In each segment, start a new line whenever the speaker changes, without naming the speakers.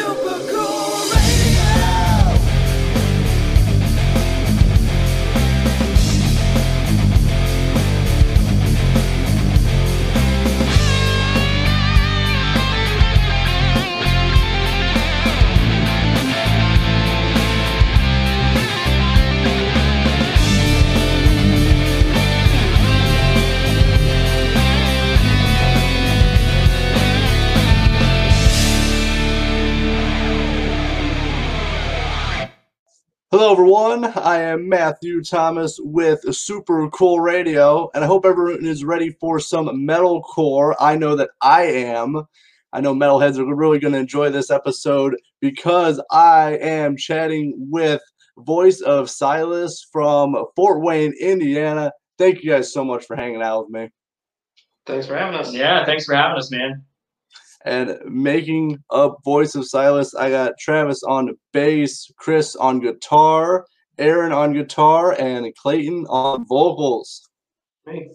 Super cool radio.
Hello, everyone. I am Matthew Thomas with Super Cool Radio, and I hope everyone is ready for some metalcore. I know that I am. I know metalheads are really going to enjoy this episode because I am chatting with Voice of Silas from Fort Wayne, Indiana. Thank you guys so much for hanging out with me
Thanks for having us.
Yeah, thanks for having us, man.
and making up Voice of Silas. I got Travis on bass, Chris on guitar, Aaron on guitar, and Clayton on vocals.
Hey,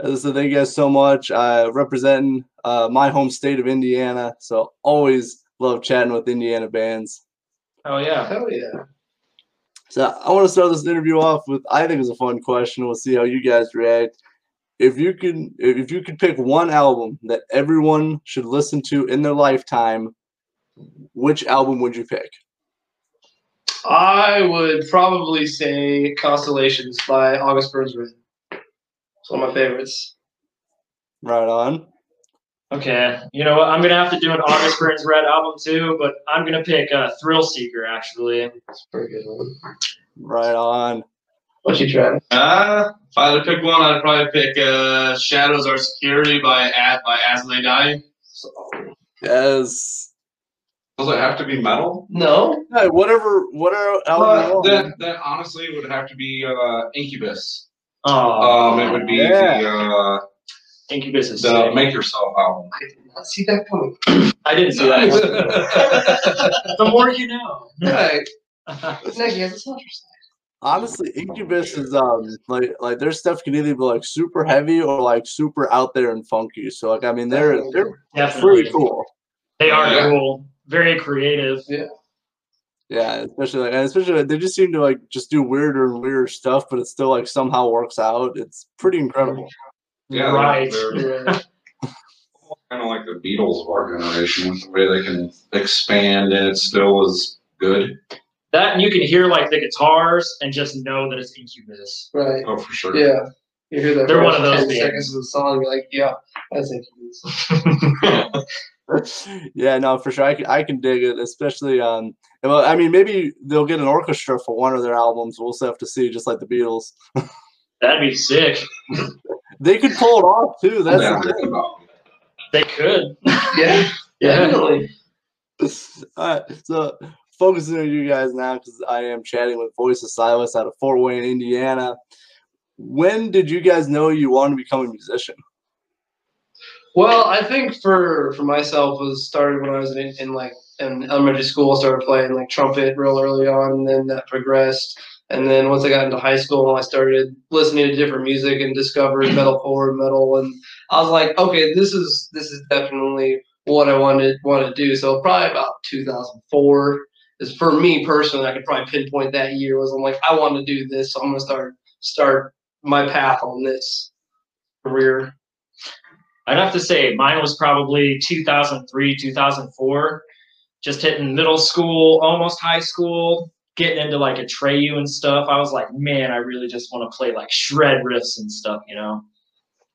Uh, So thank you guys so much. Uh, representing uh, my home state of Indiana, so always love chatting with Indiana bands.
Oh yeah.
Hell yeah.
So I want to start this interview off with I think it's a fun question. We'll see how you guys react. If you could, if you could pick one album that everyone should listen to in their lifetime, which album would you pick?
I would probably say Constellations by August Burns Red. It's one of my favorites.
Right on.
Okay. You know what? I'm gonna have to do an August Burns Red album too, but I'm gonna pick uh, Thrill Seeker actually.
It's a pretty good one.
Right on.
What you trying?
Uh, if I had to pick one, I'd probably pick uh, "Shadows Are Security" by At by As They Die.
So,
Yes.
Does it have to be metal?
no.
Hey, whatever whatever album. you
Uh,
want,
that,
man.
that honestly would have to be uh, Incubus.
Oh,
Um, it would be
Yeah.
the, uh,
Incubus is
the
sick.
Make Yourself album.
I did not see that coming.
I didn't see that. one. the more you know.
Right.
yeah,
But Nagy has a soundtrack.
Honestly, Incubus is um like like their stuff can either be like super heavy or like super out there and funky. So like I mean they're they're pretty
definitely.
cool.
They are
Yeah.
cool. Very creative.
Yeah, especially like and especially like, they just seem to like just do weirder and weirder stuff, but it still like somehow works out. It's pretty incredible.
Yeah,
right.
they're-
Yeah.
Kind of like the Beatles of our generation, with the way they can expand and it still is good.
That and you can hear like the guitars and just know that it's Incubus.
Right.
Oh, for sure.
Yeah. You hear that
They're
first
one of those
10 seconds of the song, you're like, yeah, that's it.
yeah, no, for sure. I can, I can dig it, especially um well, I mean maybe they'll get an orchestra for one of their albums. We'll still have to see, just like the Beatles.
That'd be sick.
They could pull it off too. That's
Yeah,
the thing.
about it.
They could.
Yeah. Definitely.
All right, so focusing on you guys now because I am chatting with Voice of Silas out of Fort Wayne, Indiana. When did you guys know you wanted to become a musician?
Well, I think for for myself was started when I was in, in like in elementary school. I started playing like trumpet real early on, and then that progressed. And then once I got into high school, I started listening to different music and discovered metalcore and metal. And I was like, okay, this is this is definitely what I wanted want to do. So probably about 2004 is for me personally. I could probably pinpoint that year was I'm like, I want to do this, so I'm gonna start start my path on this career.
I'd have to say mine was probably 2003, 2004. Just hitting middle school, almost high school, getting into like a Treyu and stuff. I was like, man, I really just want to play like shred riffs and stuff, you know?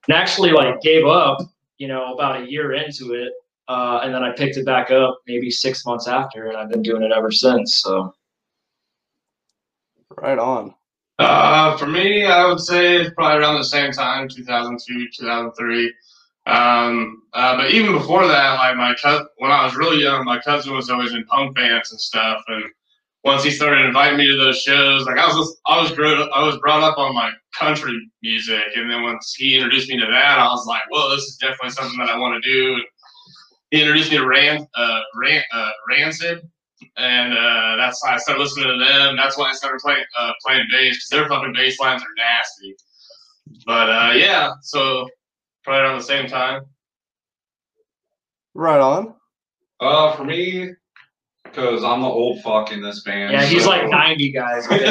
And actually, like, gave up, you know, about a year into it. Uh, and then I picked it back up maybe six months after, and I've been doing it ever since. So,
Right on.
Uh, for me, I would say it's probably around the same time, 2002, 2003. Um, uh, but even before that, like my cousin, when I was really young, my cousin was always in punk bands and stuff. And once he started inviting me to those shows, like I was, just, I was grown, I was brought up on like country music. And then once he introduced me to that, I was like, well, this is definitely something that I want to do. And he introduced me to Ran, uh, Ran, uh, Rancid and uh, that's why I started listening to them. That's why I started playing uh, playing bass because their fucking bass lines are nasty. But uh, yeah, so probably around the same time.
Right on.
Uh, for me, because I'm the old fuck in this band.
Yeah, he's
so-
like 90 guys.
so for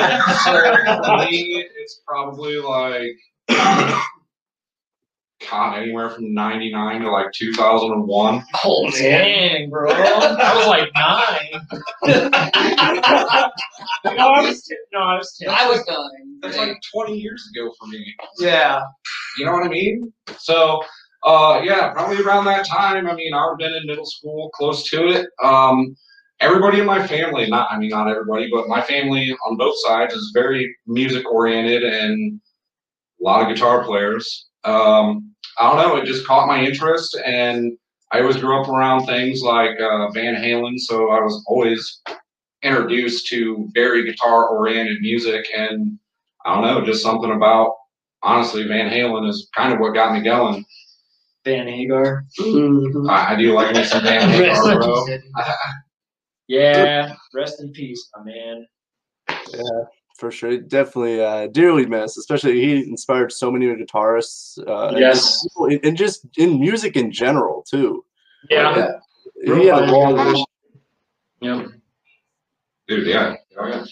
me, it's probably like, God, anywhere from 99 to like 2001.
Oh dang, bro! I was like nine. no, I was ten. No, I was ten.
I was dying.
That's like 20 years ago for me.
yeah.
You know what I mean? So, uh, yeah, probably around that time. I mean, I would have been in middle school, close to it. Um, everybody in my family, not, I mean, not everybody, but my family on both sides is very music oriented and a lot of guitar players. Um, I don't know, it just caught my interest and I always grew up around things like uh, Van Halen, so I was always introduced to very guitar oriented music and I don't know, just something about honestly, Van Halen is kind of what got me going.
Van Hagar.
I, I do like me some Van Halen, bro.
Yeah. Rest in peace, my man.
For sure, definitely uh, dearly missed. Especially he inspired so many guitarists. Uh, and
Yes.
just people- and, and just in music in general too.
Yeah.
He had a long
Yeah.
Dude, yeah. Oh, yeah.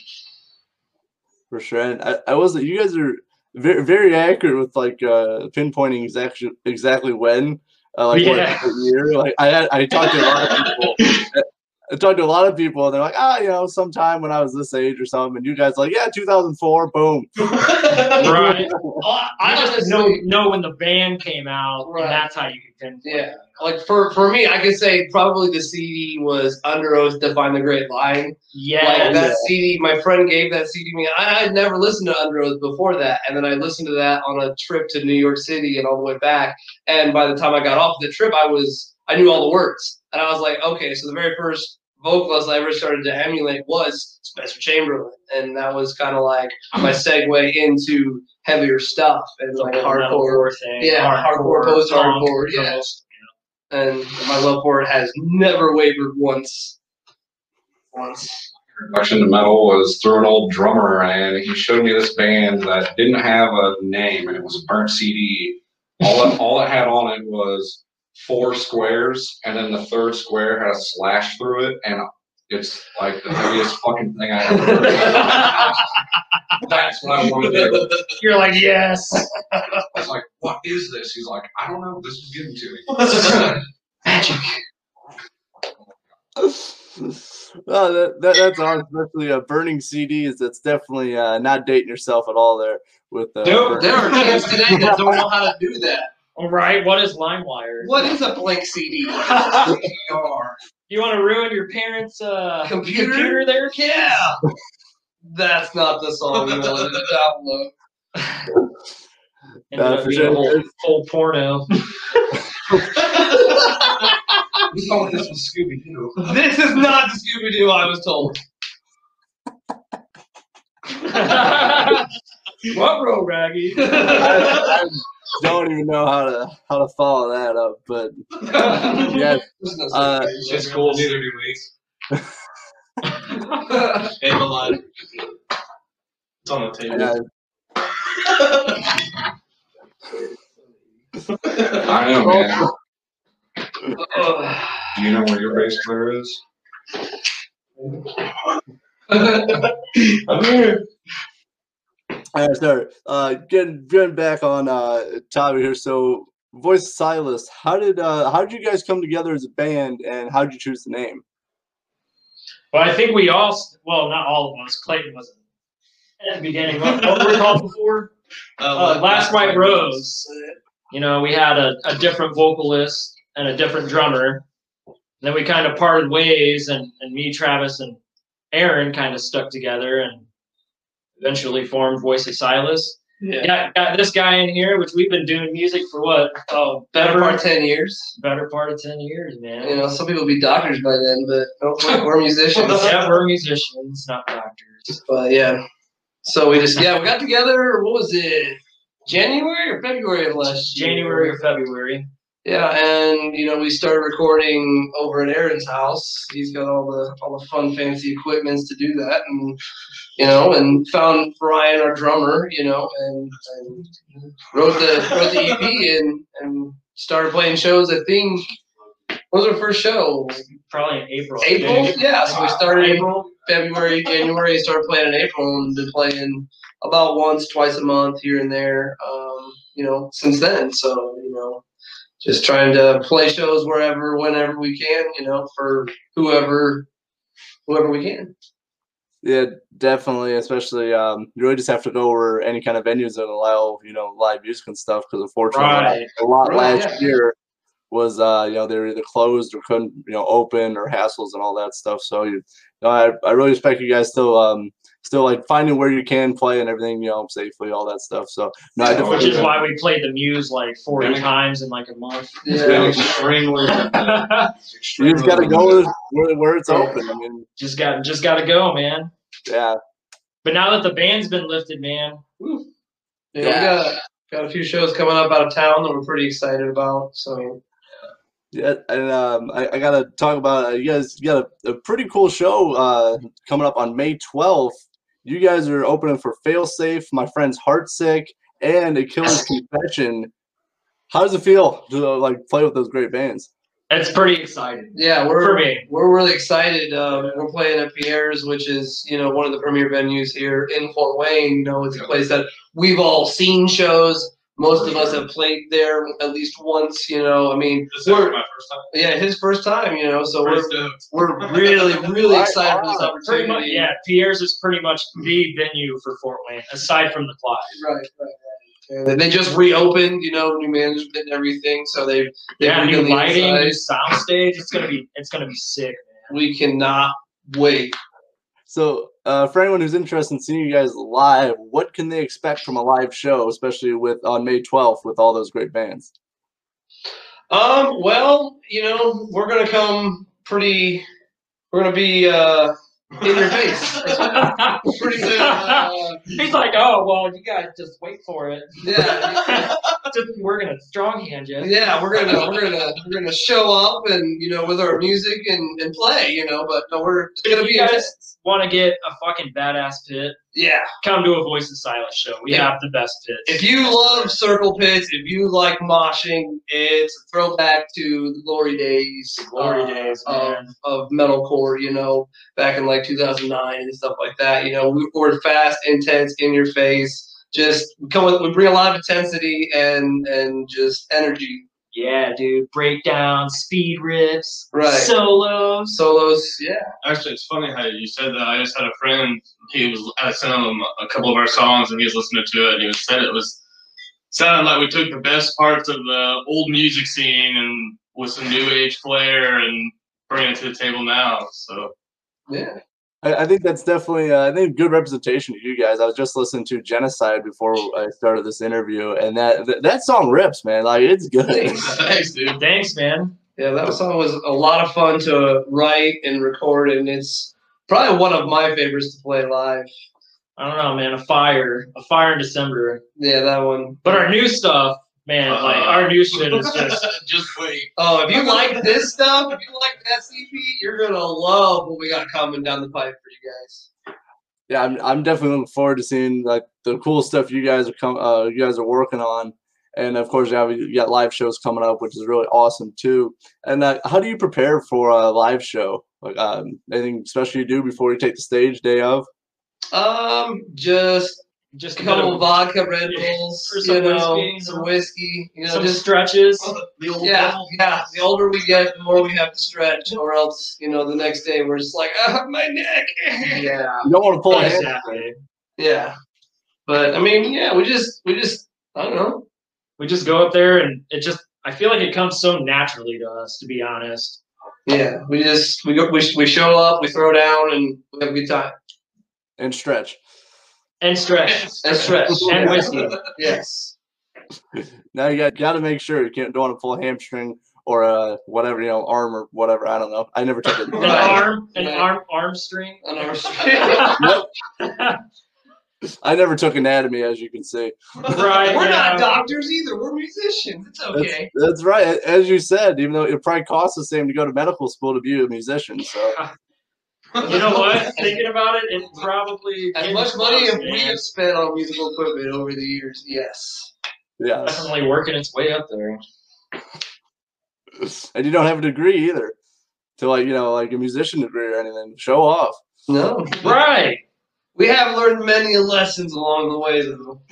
for sure. And I, I wasn't. You guys are very very accurate with like uh, pinpointing exactly exactly when. Uh, like
Yeah.
what, what year? Like I had, I talked to a lot of people. I talked to a lot of people, and they're like, ah, you know, sometime when I was this age or something. And you guys are like, yeah, 2004, boom. Oh,
Right. I, I just know
Uh, Honestly-
know when the band came out,
Right.
and that's how you can.
Yeah. Like for for me, I could say probably the CD was Under Oath Define the Great Line. Like that
Yeah.
CD, my friend gave that CD to me. I I had never listened to Under Oath before that, and then I listened to that on a trip to New York City and all the way back. And by the time I got off the trip, I was I knew all the words, and I was like, okay, so the very first vocalist I ever started to emulate was Spencer Chamberlain, and that was kind of like my segue into heavier stuff and like hardcore.
metalcore thing.
Yeah, hardcore,
punk,
post-hardcore, yeah.
almost.
And my love for it has never wavered once. Once.
Introduction to metal was through an old drummer, and he showed me this band that didn't have a name, and it was a burnt CD. All it, all it had on it was four squares, and then the third square had a slash through it, and it's like the heaviest fucking thing I ever heard. That's what I wanted to do.
You're like yes.
I was like, what is this? He's like, I don't know. This was given to me.
oh, that, that that's on, especially uh, burning CDs. That's definitely uh, not dating yourself at all there with uh,
Nope,
burning-
There are kids today that don't know how to do that.
All right. What is LimeWire?
What is a blank CD? CDR.
You want to ruin your parents' uh,
Computer?
there, kid?
Yeah. That's not the song you wanted to download.
Ended
Uh,
up
for
being a
sure.
whole, whole porno.
we thought this was Scooby Doo.
This is not the Scooby Doo I was told.
what, bro, Raggy?
I, I don't even know how to how to follow that up, but yeah,
There's no
Uh,
Scooby-Doo.
It's cool. Neither do we. Hey, Milan. It's on the table.
yeah,
I know, man.
Ugh.
Do you know where your bass player is?
All right, so uh, getting getting back on uh, topic here. So, voice Silas, how did uh, how did you guys come together as a band, and how did you choose the name?
Well, I think we all, well, not all of us. Clayton wasn't at the beginning. What, what were we called before? Uh, Last White Rose. You know, we had a, a different vocalist and a different drummer. And then we kind of parted ways, and, and me, Travis, and Aaron kind of stuck together and eventually formed Voice of Silas.
Yeah.
Got, got this guy in here, which we've been doing music for what? Oh,
Better
better,
part ten years.
better part of 10 years, man.
You know, some people be doctors by then, but hopefully we're musicians.
yeah, we're musicians, not doctors.
But yeah, so we just yeah we got together. What was it? January or February of last year?
January Uh, or February.
Yeah, and you know we started recording over at Aaron's house. He's got all the all the fun fancy equipments to do that, and you know, and found Ryan, our drummer, you know, and, and wrote the wrote the EP and and started playing shows. I think what was our first show
Probably in April. I
April.
think.
Yeah, so we started February, January, started playing in April, and been playing about once, twice a month here and there. Um, you know, since then. So you know, just trying to play shows wherever, whenever we can. You know, for whoever, whoever we can.
Yeah, definitely. Especially, um, you really just have to know where any kind of venues that allow you know live music and stuff. Because unfortunately,
Right.
a lot
Right,
last
yeah.
year was uh, you know they were either closed or couldn't you know open or hassles and all that stuff. So you, no, I I really respect you guys still um still like finding where you can play and everything you know safely all that stuff. So no, I
Yeah,
definitely
Which is why we played the Muse like 40 times in like a month.
It's been
Yeah.
extremely. it's
you just gotta
extremely
go
limited.
where, where, where it's open. I mean,
just got just got to go, man.
yeah,
But now that the ban's been lifted, man,
Yeah, we got got a few shows coming up out of town that we're pretty excited about. So
yeah, and um, I, I gotta talk about uh, you guys. You got a, a pretty cool show uh coming up on May twelfth. You guys are opening for Failsafe, my friend's Heartsick, and Achilles Confession. How does it feel to uh, like play with those great bands?
it's pretty exciting
yeah, we're
for me.
We're really excited. Um, we're playing at Pierre's, which is you know one of the premier venues here in Fort Wayne. You know, it's a place that we've all seen shows. Most of us have played there at least once. You know, I mean,
This is
we're
my first time.
yeah, his first time. You know, so
Pretty
we're
stoked.
we're really really excited for this
Pretty much,
opportunity.
yeah. Pierre's is pretty much the venue for Fort Wayne, aside from the Clyde.
Right, right. right. And they just reopened, you know, new management and everything. So they they
Yeah, new
redone the
lighting, new
inside.
soundstage. It's gonna be it's gonna be sick, man.
We cannot wait.
So, uh, for anyone who's interested in seeing you guys live, what can they expect from a live show, especially with on May 12th with all those great bands?
Um, well, you know, we're gonna come pretty. We're gonna be uh, in your face. pretty soon.
Uh,
He's like, oh well, you guys just wait for it.
Yeah,
Just we're gonna strong hand you.
yeah, we're gonna we're gonna we're gonna show up and you know with our music and, and play, you know. But no, we're it's gonna
If
be
you guys want to get a fucking badass pit,
yeah.
come to a Voice of Silence show. We
Yeah.
have the best pits.
If you love circle pits, if you like moshing, it's a throwback to the glory days.
glory
uh,
days,
of-
man.
of metalcore, you know, back in like 2009 and stuff like that. You know, we, we're fast, intense, in your face. Just come with, we bring a lot of intensity and and just energy.
Yeah, dude. Breakdown, speed riffs,
Right.
solos.
Solos, yeah,
Actually, it's funny how you said that. I just had a friend. He was I sent him a couple of our songs, and he was listening to it, and he was, said it was sounded like we took the best parts of the old music scene and with some new age flair and bring it to the table now. So
yeah,
I, I think that's definitely uh, I think good representation to you guys. I was just listening to Genocide before I started this interview, and that that, that song rips, man. Like it's good.
thanks, dude.
Thanks, man.
yeah. That song was a lot of fun to write and record, and it's probably one of my favorites to play live.
I don't know, man. A fire, a fire in December.
Yeah, that one.
But our new stuff, man.
Uh-huh.
Uh.
like our new shit is just.
just wait.
Oh, if you like this stuff, if you like that CP, you're gonna love what we got coming down the pipe for you guys.
yeah, I'm I'm definitely looking forward to seeing like the cool stuff you guys are com- uh, you guys are working on, and of course you have you got live shows coming up, which is really awesome too. And uh, how do you prepare for a live show? Like um, anything special you do before you take the stage day of?
Um, just
Just
a couple
kinda-
of vodka Red Bulls,
Or some
you know,
whiskey, you
some
know.
whiskey, you know,
some
just
stretches.
The old
yeah, yeah. The older we get, the more we have to stretch, or else, you know, the next day we're just like, ah, my neck. yeah,
You don't want to pull a hamstring.
Exactly.
yeah. But I mean, yeah, we just, we just, I don't know.
We just go up there and it just. I feel like it comes so naturally to us, to be honest.
Yeah, we just we go we, we show up, we throw down, and we have a good time
and stretch.
And stretch.
and stretch
And whiskey.
Yes.
Now you got got to make sure you can't don't want to pull a hamstring or uh whatever you know arm or whatever. I don't know. I never took it.
An
Right.
arm, an
Right.
arm, arm string.
On our
Yep. I never took anatomy, as you can see.
Right,
We're
yeah.
not doctors either. We're musicians. It's
That's,
okay.
that's right. As you said, even though it probably costs the same to go to medical school to be a musician. So
You know what? Thinking about it, it probably
As
getting
much money
close,
as we
man.
have spent on musical equipment over the years, yes.
yeah,
definitely working its way up there.
and you don't have a degree either, to like you know like a musician degree or anything. Show off.
No.
Right.
We have learned many lessons along the way, though.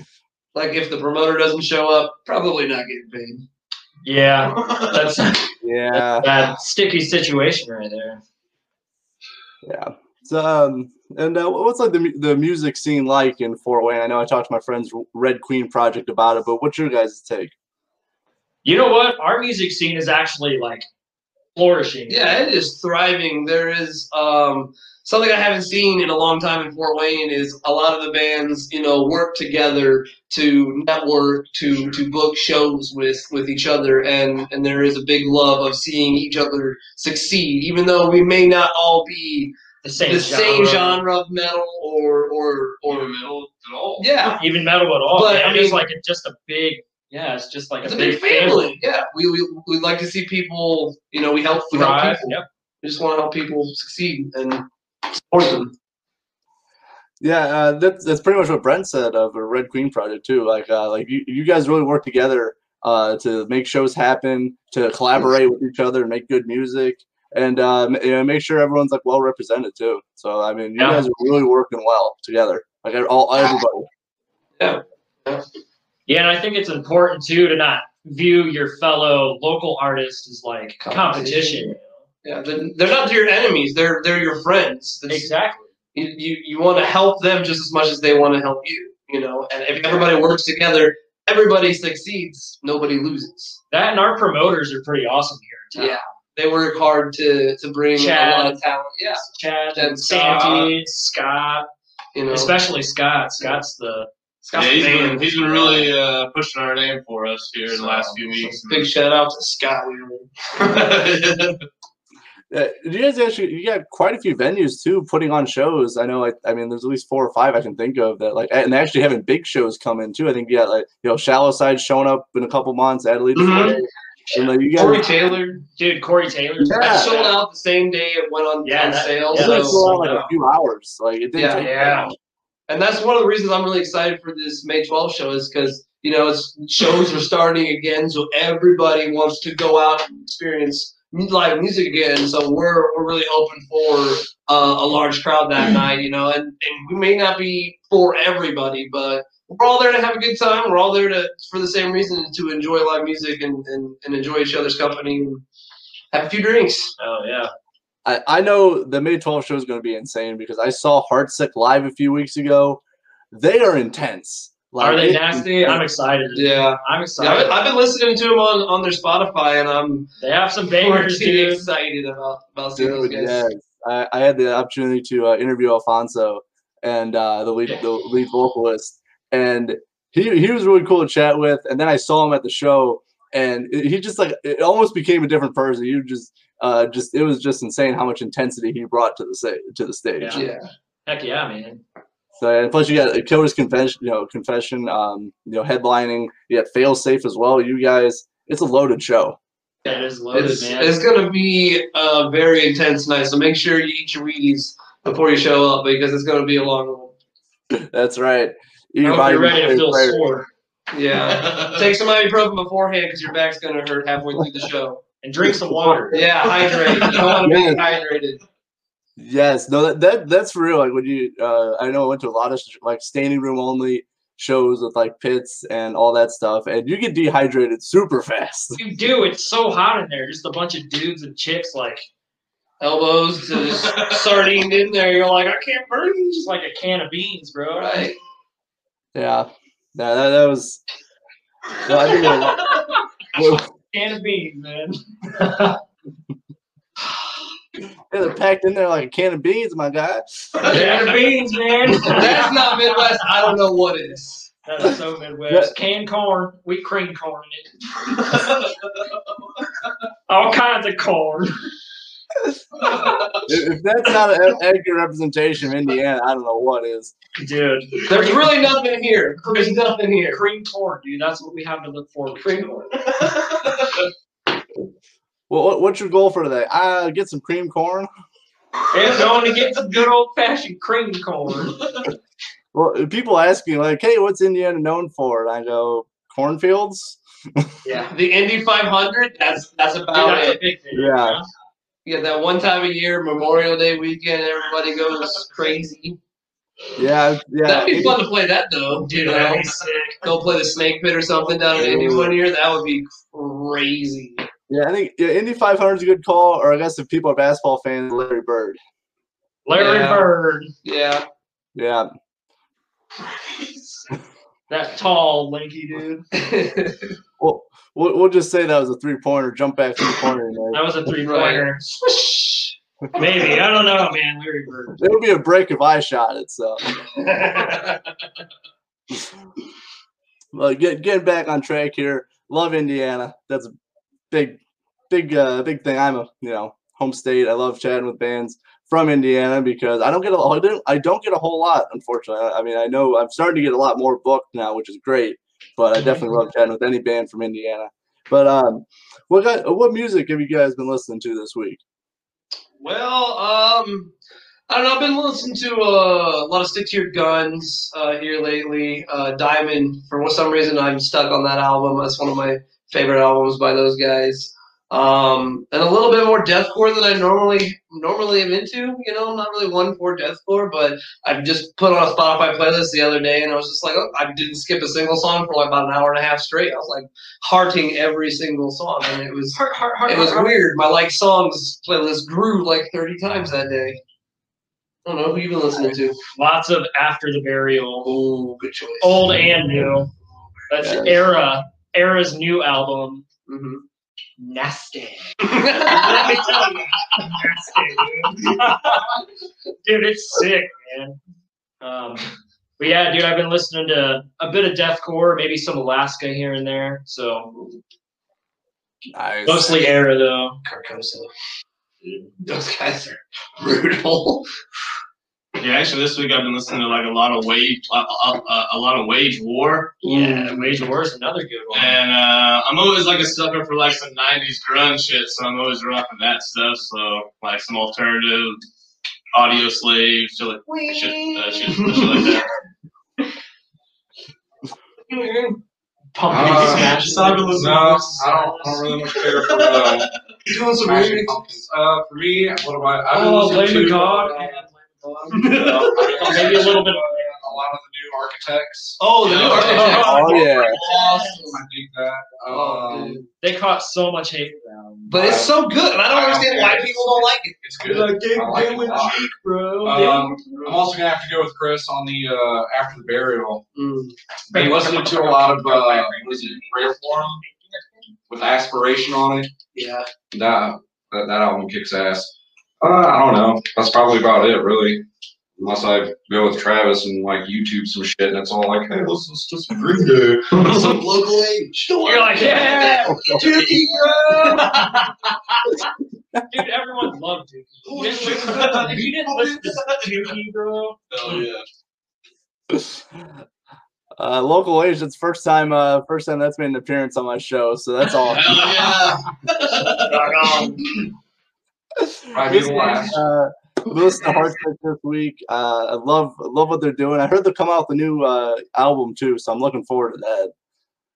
Like if the promoter doesn't show up, probably not getting paid.
Yeah. That's
Yeah,
that sticky situation right there.
yeah. So um, and uh, what's like the mu- the music scene like in Fort Wayne? I know I talked to my friends Red Queen Project about it, but what's your guys' take?
You know what? Our music scene is actually like flourishing.
Yeah, it is thriving. There is um, something I haven't seen in a long time in Fort Wayne is a lot of the bands, you know, work together to network, to to book shows with with each other, and and there is a big love of seeing each other succeed, even though we may not all be
the same
the
genre.
same genre of metal or or
Or
or
middle at all.
yeah.
Even metal at all.
But,
man.
I
it's
mean-
like it's just a big yeah, it's just like
It's
a,
a big family. Yeah, we we we like to see people. You know, we help we help
Thrive.
people.
Yep.
We just want to help people succeed and support them.
Yeah, uh, that's that's pretty much what Brent said of a Red Queen project too. Like, uh, like you, you guys really work together uh, to make shows happen, to collaborate with each other, and make good music, and uh, m- you know, make sure everyone's like well represented too. So, I mean, you
Yeah.
guys are really working well together. Like, e, all everybody.
Yeah, and I think it's important too to not view your fellow local artists as like competition.
Yeah, they're, they're not your enemies. They're they're your friends. That's-
Exactly.
You you, you want to help them just as much as they want to help you. You know, and if everybody works together, everybody succeeds. Nobody loses.
That and our promoters are pretty awesome here in town.
Yeah, they work hard to to bring
Chad.
a lot of talent. Yeah,
Chad and,
And
Santi, Scott,
you know,
especially Scott. Scott's the
Yeah,
Scott's
he's
the
been,
man.
he's been really uh, pushing our name for us here in the last few
So,
weeks.
Big shout out to Scott. We were
Uh, you guys actually you got quite a few venues too putting on shows. I know. I, I mean, there's at least four or five I can think of that like, and actually having big shows come in too. I think yeah, like you know, Shallow Side showing up in a couple months. Adelaide.
Mhm.
Square. And like you guys,
Corey Taylor.
dude, Corey Taylor's
Yeah.
That sold out the same day it went on,
Yeah,
on
that-
sale.
yeah,
It
that's
only
so,
cool.
sold out in like
no.
a few hours. Like it didn't
Yeah,
take that
yeah.
long.
and that's one of the reasons I'm really excited for this May 12th show is because you know it's shows are starting again, so everybody wants to go out and experience live music again. So we're we're really hoping for uh, a large crowd that night, you know, and, and we may not be for everybody, but we're all there to have a good time. We're all there to for the same reason to enjoy live music and, and, and enjoy each other's company and have a few drinks.
Oh yeah.
I, I know the May 12th show is going to be insane because I saw Heartsick live a few weeks ago. They are intense. Like,
Are they
it-
nasty? I'm excited.
Yeah.
I'm
Yeah, I've,
excited.
been- I've been listening to them on, on their Spotify, and I'm
They have some
pretty
bangers, dude.
excited about, about seeing those
Dude,
guys.
yes. I, I had the opportunity to uh, interview Alfonso and uh, the lead the lead vocalist, and he he was really cool to chat with. And then I saw him at the show, and it- he just like it almost became a different person. You just uh, just it was just insane how much intensity he brought to the sa- to the stage.
Yeah.
Yeah.
Heck yeah, man.
So and plus you got a killer's confession, you know, confession, um, you know, headlining. You got fail safe as well. You guys, it's a loaded show.
That is loaded,
It's,
man.
it's going to be a very intense night, so make sure you eat your Wheaties before you show up because it's going to be a long one.
That's right. Eat your
I hope you're
vitamins,
ready to
stay
feel
prepared.
sore
Yeah. Take some ibuprofen beforehand because your back's going to hurt halfway through the show.
and drink some water.
Yeah, hydrate. You don't want to
Yes.
be hydrated.
Yes, no, that, that that's for real. Like when you, uh, I know I went to a lot of sh- like standing room only shows with like pits and all that stuff, and you get dehydrated super fast.
You do. It's so hot in there. Just a bunch of dudes and chicks, like
Elbows just sardined in there. You're like, I can't burn these.
just like a can of beans, bro.
Right.
Yeah, no, that, that was. No, I think that- well,
Can of beans, man.
yeah, they're packed in there like a can of beans, my guy.
can of beans, man.
That's not Midwest. I don't know what is.
That is so Midwest. Canned corn, wheat cream corn in it. All kinds of corn.
If if that's not an accurate representation of Indiana, I don't know what is.
dude.
There's really nothing here. There's nothing here.
Cream corn, dude. That's what we have to look forward
Cream
to.
Well, what, what's your goal for today? Uh, get some cream corn.
And going to get some good old fashioned cream corn.
Well, people ask me like, "Hey, what's Indiana known for?" And I go, "Cornfields."
Yeah.
The Indy 500. That's that's
Dude,
about
that's
it.
a big thing.
Yeah.
you know?
Yeah, that one time a year, Memorial Day weekend, everybody goes crazy.
Yeah, yeah.
That'd be fun to play that though. You
Dude, that'd
know,
be sick.
go play the snake pit or something down in Indy one year. That would be crazy.
Yeah, I think yeah, Indy 500 is a good call, or I guess if people are basketball fans, Larry Bird.
Larry
Yeah.
Bird,
Yeah,
Yeah,
that tall, lanky dude.
that
well, we'll, we'll just say that was a three pointer, jump back three pointer.
That was a three pointer. Maybe. I don't know, man. Larry Bird.
It would be a break if I shot it. So, but get, getting back on track here. Love Indiana. That's a big, big, uh, big thing. I'm a you know home state. I love chatting with fans from Indiana because I don't get a I don't, I don't get a whole lot. Unfortunately, I, I mean I know I'm starting to get a lot more booked now, which is great. But I definitely love chatting with any band from Indiana. But um, what guy- what music have you guys been listening to this week?
Well, um, I don't know. I've been listening to uh, a lot of Stick to Your Guns uh, here lately. Uh, Diamond, for some reason, I'm stuck on that album. That's one of my favorite albums by those guys. Um, and a little bit more deathcore than I normally normally am into. You know, I'm not really one for deathcore, but I just put on a Spotify playlist the other day, and I was just like, oh, I didn't skip a single song for like about an hour and a half straight. I was like hearting every single song, and it was
Heart, heart, heart,
it was
heart.
weird. My like songs playlist grew like 30 times that day. I don't know who you been listening to.
Lots of after the burial,
Oh, good choice.
old and new. That's
Yes.
era. Era's new album,
hmm
Nasty. Let me tell you, nasty, dude. dude, it's sick, man. Um, but yeah, dude, I've been listening to a bit of deathcore, maybe some Alaska here and there. So
Nice.
mostly era though.
Carcosa. Those guys are brutal.
Yeah, actually, this week I've been listening to like a lot of wage, a, a, a- a lot of wage war,
Yeah, Wage War is another good one.
and uh, I'm always like a sucker for like some '90s grunge shit, so I'm always rocking that stuff. So like some alternative, Audio Slave, shit like shit, uh, shit, shit like that.
Pumpkin
Uh,
Uh, smash.
so I've been listening-
No, I don't, I don't really much care for uh,
Doing some
smashing
weird.
pumpkins. Uh, for me, what am I? I've been
Oh,
listening
Blame
to,
the God.
uh,
man. Maybe a little bit of-
a lot of the new architects.
Oh, the new architect.
Oh yeah.
Awesome. I dig that.
Oh,
Um,
dude.
They caught so much hate for that one.
but it's so good, and I don't understand why people don't like it.
it's good. I like it a lot.
oh,
Um, I'm also gonna have to go with Chris on the uh, after the burial. Been listening to a lot of uh, what is it, Rare Form with Aspiration on it.
Yeah.
Nah, that, that album kicks ass. Uh, I don't know. That's probably about it, really. Unless I go with Travis and like YouTube some shit, and it's all like, hey, listen to some Green Day.
Some local age.
You're like, yeah,
Dookie
dude. Everyone loved it. You didn't listen to- you didn't listen to Dookie, bro.
Hell yeah.
Uh, local agents first time uh first time that's made an appearance on my show so that's all
Hell yeah!
Rock on.
Probably
This
the
week,
last.
uh, listen to Heartbreak this week uh i love I love what they're doing i heard they'll come out with a new uh album too so i'm looking forward to that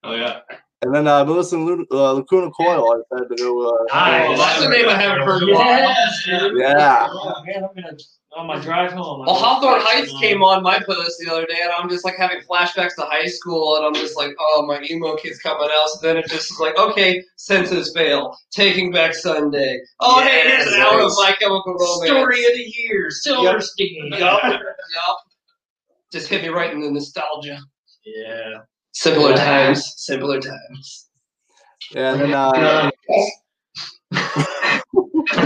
Hell Oh, yeah!
and then uh melissa Lu- uh, lacuna coil i decided to go uh
Nice.
That's the name I haven't heard in a while.
Yes, dude.
Yeah.
Oh, man, I'm gonna on my drive home. I'm
Well,
gonna-
Hawthorne Heights came on my playlist the other day, and I'm just like having flashbacks to high school, and I'm just like, oh, my emo kid's coming out. So then it just is like, okay, Senses Fail, Taking Back Sunday. Oh, hey, here's an
Yes.
hour of My Chemical Romance.
Story of the year, Silverstein.
Yup. Yup. Just hit me right in the nostalgia.
Yeah.
Simpler times. Simpler times.
and then uh
Yeah.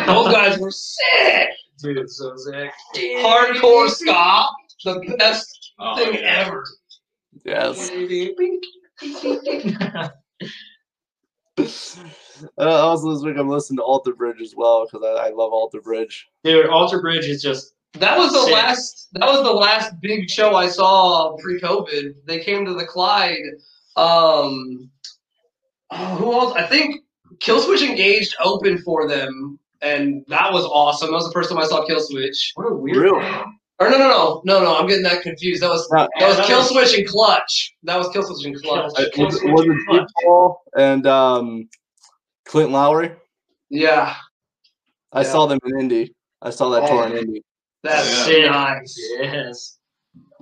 Those guys were sick.
Dude, so sick.
Hardcore ska, the best
Oh,
thing
yeah.
ever.
yes Uh, also, this week I'm listening to Alter Bridge as well because I, I love Alter Bridge.
Dude, Alter Bridge is just
That was the
Sick.
last. That was the last big show I saw pre-COVID. They came to the Clyde. Um, oh, who else? I think Killswitch Engaged opened for them, and that was awesome. That was the first time I saw Killswitch.
What a weird.
Really?
Or no, no, no, no, no. I'm getting that confused. That was
Right.
that was
Yeah, that was-
Killswitch and Clutch. That was Killswitch and Clutch.
Uh,
Can't
Was,
say
was
too
it Deep
much.
Paul and um, Clint Lowry?
Yeah,
I
Yeah.
saw them in Indy. I saw that tour in
Oh.
Indy.
that's
sick.
nice.
Yes.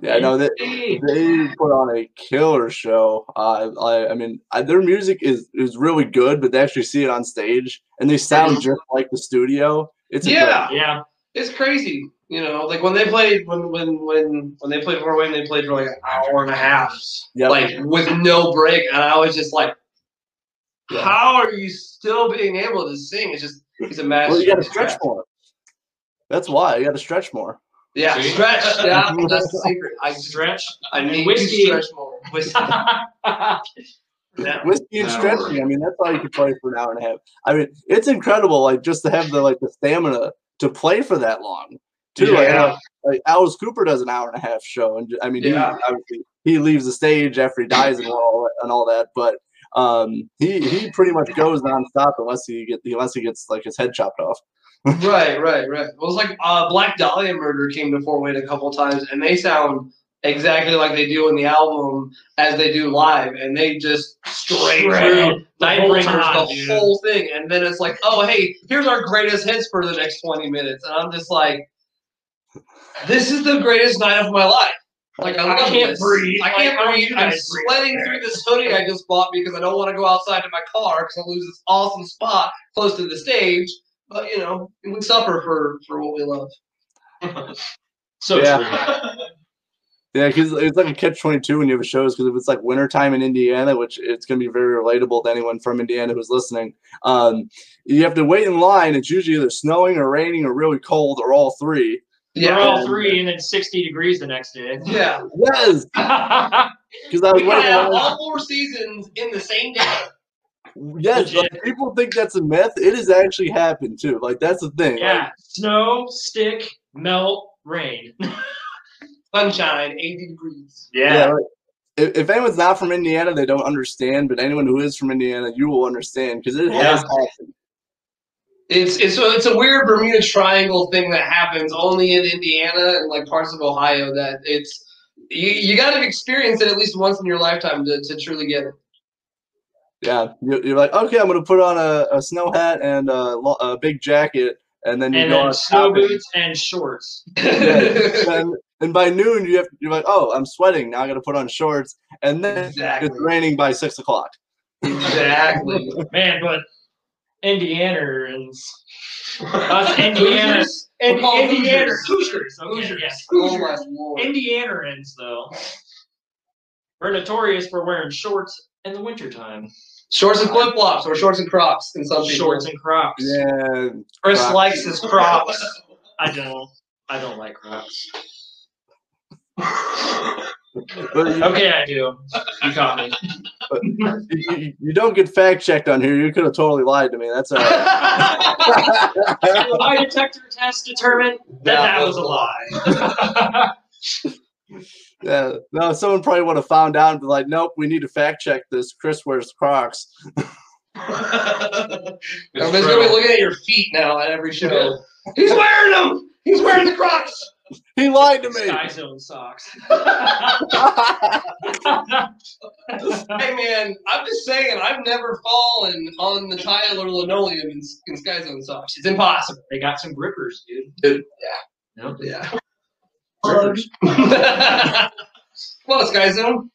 Yeah, no, they,
Hey.
they put on a killer show. Uh, I, I mean, I, their music is is really good, but they actually see it on stage and they sound just like the studio. It's incredible.
Yeah,
Yeah.
it's crazy. You know, like when they played when when when when they played for Wayne, they played for like an hour and a half.
Yep.
like with no break, and I was just like,
Yeah.
"How are you still being able to sing?" It's just he's a master.
well, you got to
of
stretch
craft.
more. That's why you got to stretch more.
Yeah,
See?
stretch. Yeah, that's the secret. I just
Stretch.
I
And
need
whiskey.
to stretch more. Whiskey.
Whiskey and
An
stretching. I mean, that's all you can play for an hour and a half. I mean, it's incredible. Like just to have the like the stamina to play for that long. Too. Like,
Yeah.
uh, like Alice Cooper does an hour and a half show, and j- I mean,
Yeah.
he, obviously, he leaves the stage after he dies and all and all that, but. Um, he he pretty much goes nonstop unless he get unless he gets like his head chopped off.
right, right, right. It was like uh, Black Dahlia Murder came to Fort Wayne a couple times, and they sound exactly like they do in the album as they do live, and they just straight through.
Shred.
The
Night
whole
Bringers,
time, the
dude.
whole thing, and then it's like, oh hey, here's our greatest hits for the next 20 minutes, and I'm just like, this is the greatest night of my life. Like I,
I
love
can't
this.
breathe.
I can't
Like, how
breathe.
you
I'm
guys breathe?
sweating through this hoodie I just bought because I don't want to go outside to my car because I'll lose this awesome spot close to the stage. But you know, we suffer for for what we love.
So
Yeah.
true.
Yeah, because it's like a catch twenty two when you have a show. Because if it's like wintertime in Indiana, which it's going to be very relatable to anyone from Indiana who's listening, um, you have to wait in line. It's usually either snowing or raining or really cold or all three.
We're
Yeah,
all three and then 60 degrees the next day.
yeah.
Yes, because I was
We can
waiting.
have
in
all four seasons in the same day.
line. Yes, like, people think that's a myth. It has actually happened too. Like that's the thing.
yeah. Snow, stick, melt, rain.
Sunshine, 80 degrees.
Like, like, if, if anyone's not from Indiana, they don't understand. But anyone who is from Indiana, you will understand because it has happened.
It's it's a, it's a weird Bermuda Triangle thing that happens only in Indiana and like parts of Ohio that it's you, you got to experience it at least once in your lifetime to, to truly get it.
Yeah, you- you're like, okay, I'm gonna put on a, a snow hat and a, lo- a big jacket, and then you
And
go
then
on
snow
shopping.
boots and shorts.
and, and by noon, you have you're like, oh, I'm sweating now. I got to put on shorts, and then
exactly.
it's raining by six o'clock.
Exactly.
Man, but Indianers. Us Indianers.
We're
and
called
Indianers.
Hoosiers.
Hoosiers. okay,
Hoosiers.
yes.
Oh my
Hoosiers.
lord.
Indianerans, though. We're notorious for wearing shorts in the wintertime.
Shorts and flip flops or shorts and crops in some people.
Shorts and crops.
Yeah,
Chris
Crocs.
likes his crops.
I don't. I don't like crops.
but you,
Okay, I do. You caught me.
you- you- you don't get fact checked on here. You could have totally lied to me. That's all right.
The lie detector test determined that that, was a lie.
yeah, no, someone probably would have found out and be like, nope, we need to fact check this. Chris wears Crocs.
I'm just gonna be looking at your feet now at every show. He's wearing them. He's wearing the Crocs.
He lied to me.
Sky Zone socks.
Hey man, I'm just saying, I've never fallen on the tile or linoleum in, in Sky Zone socks. It's impossible.
they got some grippers, dude.
Dude,
yeah. No, they-
Yeah.
grippers.
Come on, Sky Zone.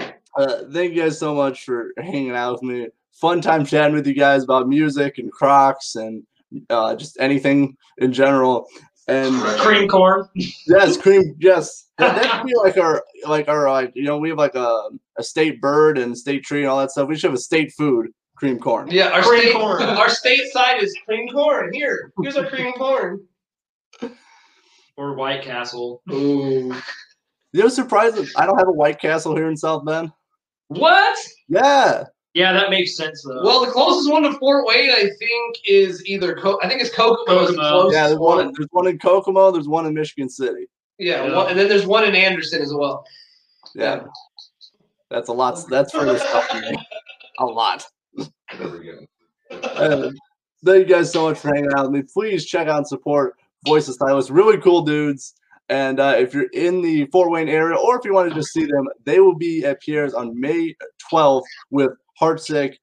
uh, thank you guys so much for hanging out with me. Fun time chatting with you guys about music and Crocs and uh, just anything in general. And
Cream corn.
Yes, cream. Yes, that, that should be like our like our like you know we have like a a state bird and state tree and all that stuff. We should have a state food, cream corn.
Yeah, our
Cream
state
corn.
our state side is cream corn. Here, here's our cream corn.
Or White Castle.
Ooh.
You know, surprised that I don't have a White Castle here in South Bend.
What?
Yeah.
Yeah, that makes sense though.
Well, the closest one to Fort Wade, I think, is either Co- I think it's Kokomo. is the
Kokomo.
closest
Yeah, there's
one.
one, there's one in Kokomo, there's one in Michigan City.
Yeah,
Yeah.
One, and then there's one in Anderson as well.
Yeah. That's a lot. That's for this company. A lot.
There we go.
Uh, thank you guys so much for hanging out with me. Please check out and support Voice of Stylist. Really cool dudes. And uh, if you're in the Fort Wayne area or if you want to just see them, they will be at Pierre's on May 12th with Heartsick,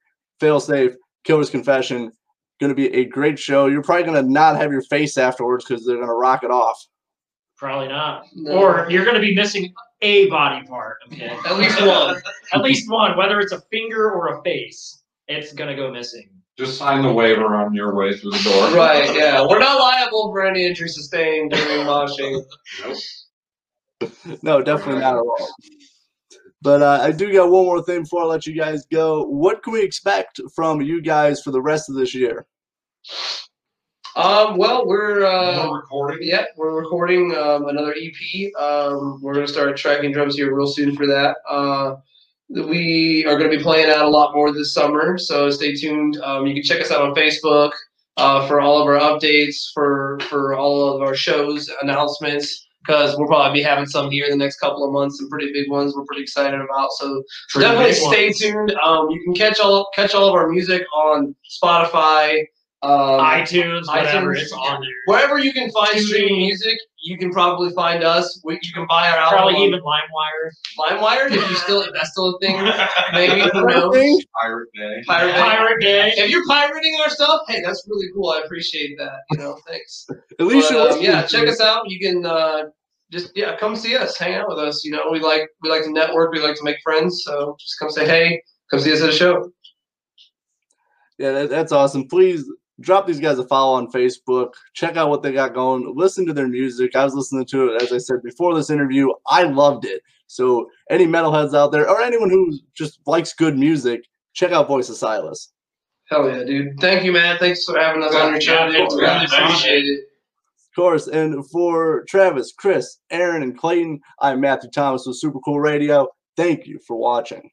Failsafe, Killer's Confession. Going to be a great show. You're probably going to not have your face afterwards because they're going to rock it off.
Probably not.
No.
Or you're going to be missing a body part. Okay.
At least one.
At least one, whether it's a finger or a face, it's going to go missing.
Just sign the waiver on your way through the door.
right. Yeah, we're not liable for any injury sustained during moshing.
No, definitely not at all. But uh, I do got one more thing before I let you guys go. What can we expect from you guys for the rest of this year?
Um. Well, we're. Uh,
We're recording.
Yeah, we're recording um, another EP. Um, we're gonna start tracking drums here real soon for that. Uh, we are gonna be playing out a lot more this summer, so stay tuned. Um, you can check us out on Facebook uh, for all of our updates, for for all of our shows announcements, because we'll probably be having some here in the next couple of months, some pretty big ones. We're pretty excited about. So
Pretty
definitely
big one.
stay tuned. Um, you can catch all catch all of our music on Spotify. Um,
iTunes, whatever,
iTunes,
it's on there.
Wherever you can find
Tuning.
streaming music, you can probably find us. We- You can buy our album
Probably
on
even LimeWire.
LimeWire if you still if that's still a thing. Maybe who knows?
Everything?
Pirate Day.
Pirate Bay.
Pirate Day.
If you're pirating our stuff, hey, that's really cool. I appreciate that. You know, thanks.
At least
But,
you're
um,
listening
yeah,
to
check
it.
us out. You can uh, just yeah, come see us, hang out with us. You know, we like we like to network, we like to make friends. So just come say hey, come see us at a show.
Yeah, that, that's awesome. Please drop these guys a follow on Facebook. Check out what they got going. Listen to their music. I was listening to it, as I said before this interview. I loved it. So, any metalheads out there or anyone who just likes good music, check out Voice of Silas.
Hell yeah, dude. Thank you, man. Thanks for having us on your
Yeah,
channel.
thanks for
really
having us on.
appreciate it.
Of course. And for Travis, Chris, Aaron, and Clayton, I'm Matthew Thomas with Super Cool Radio. Thank you for watching.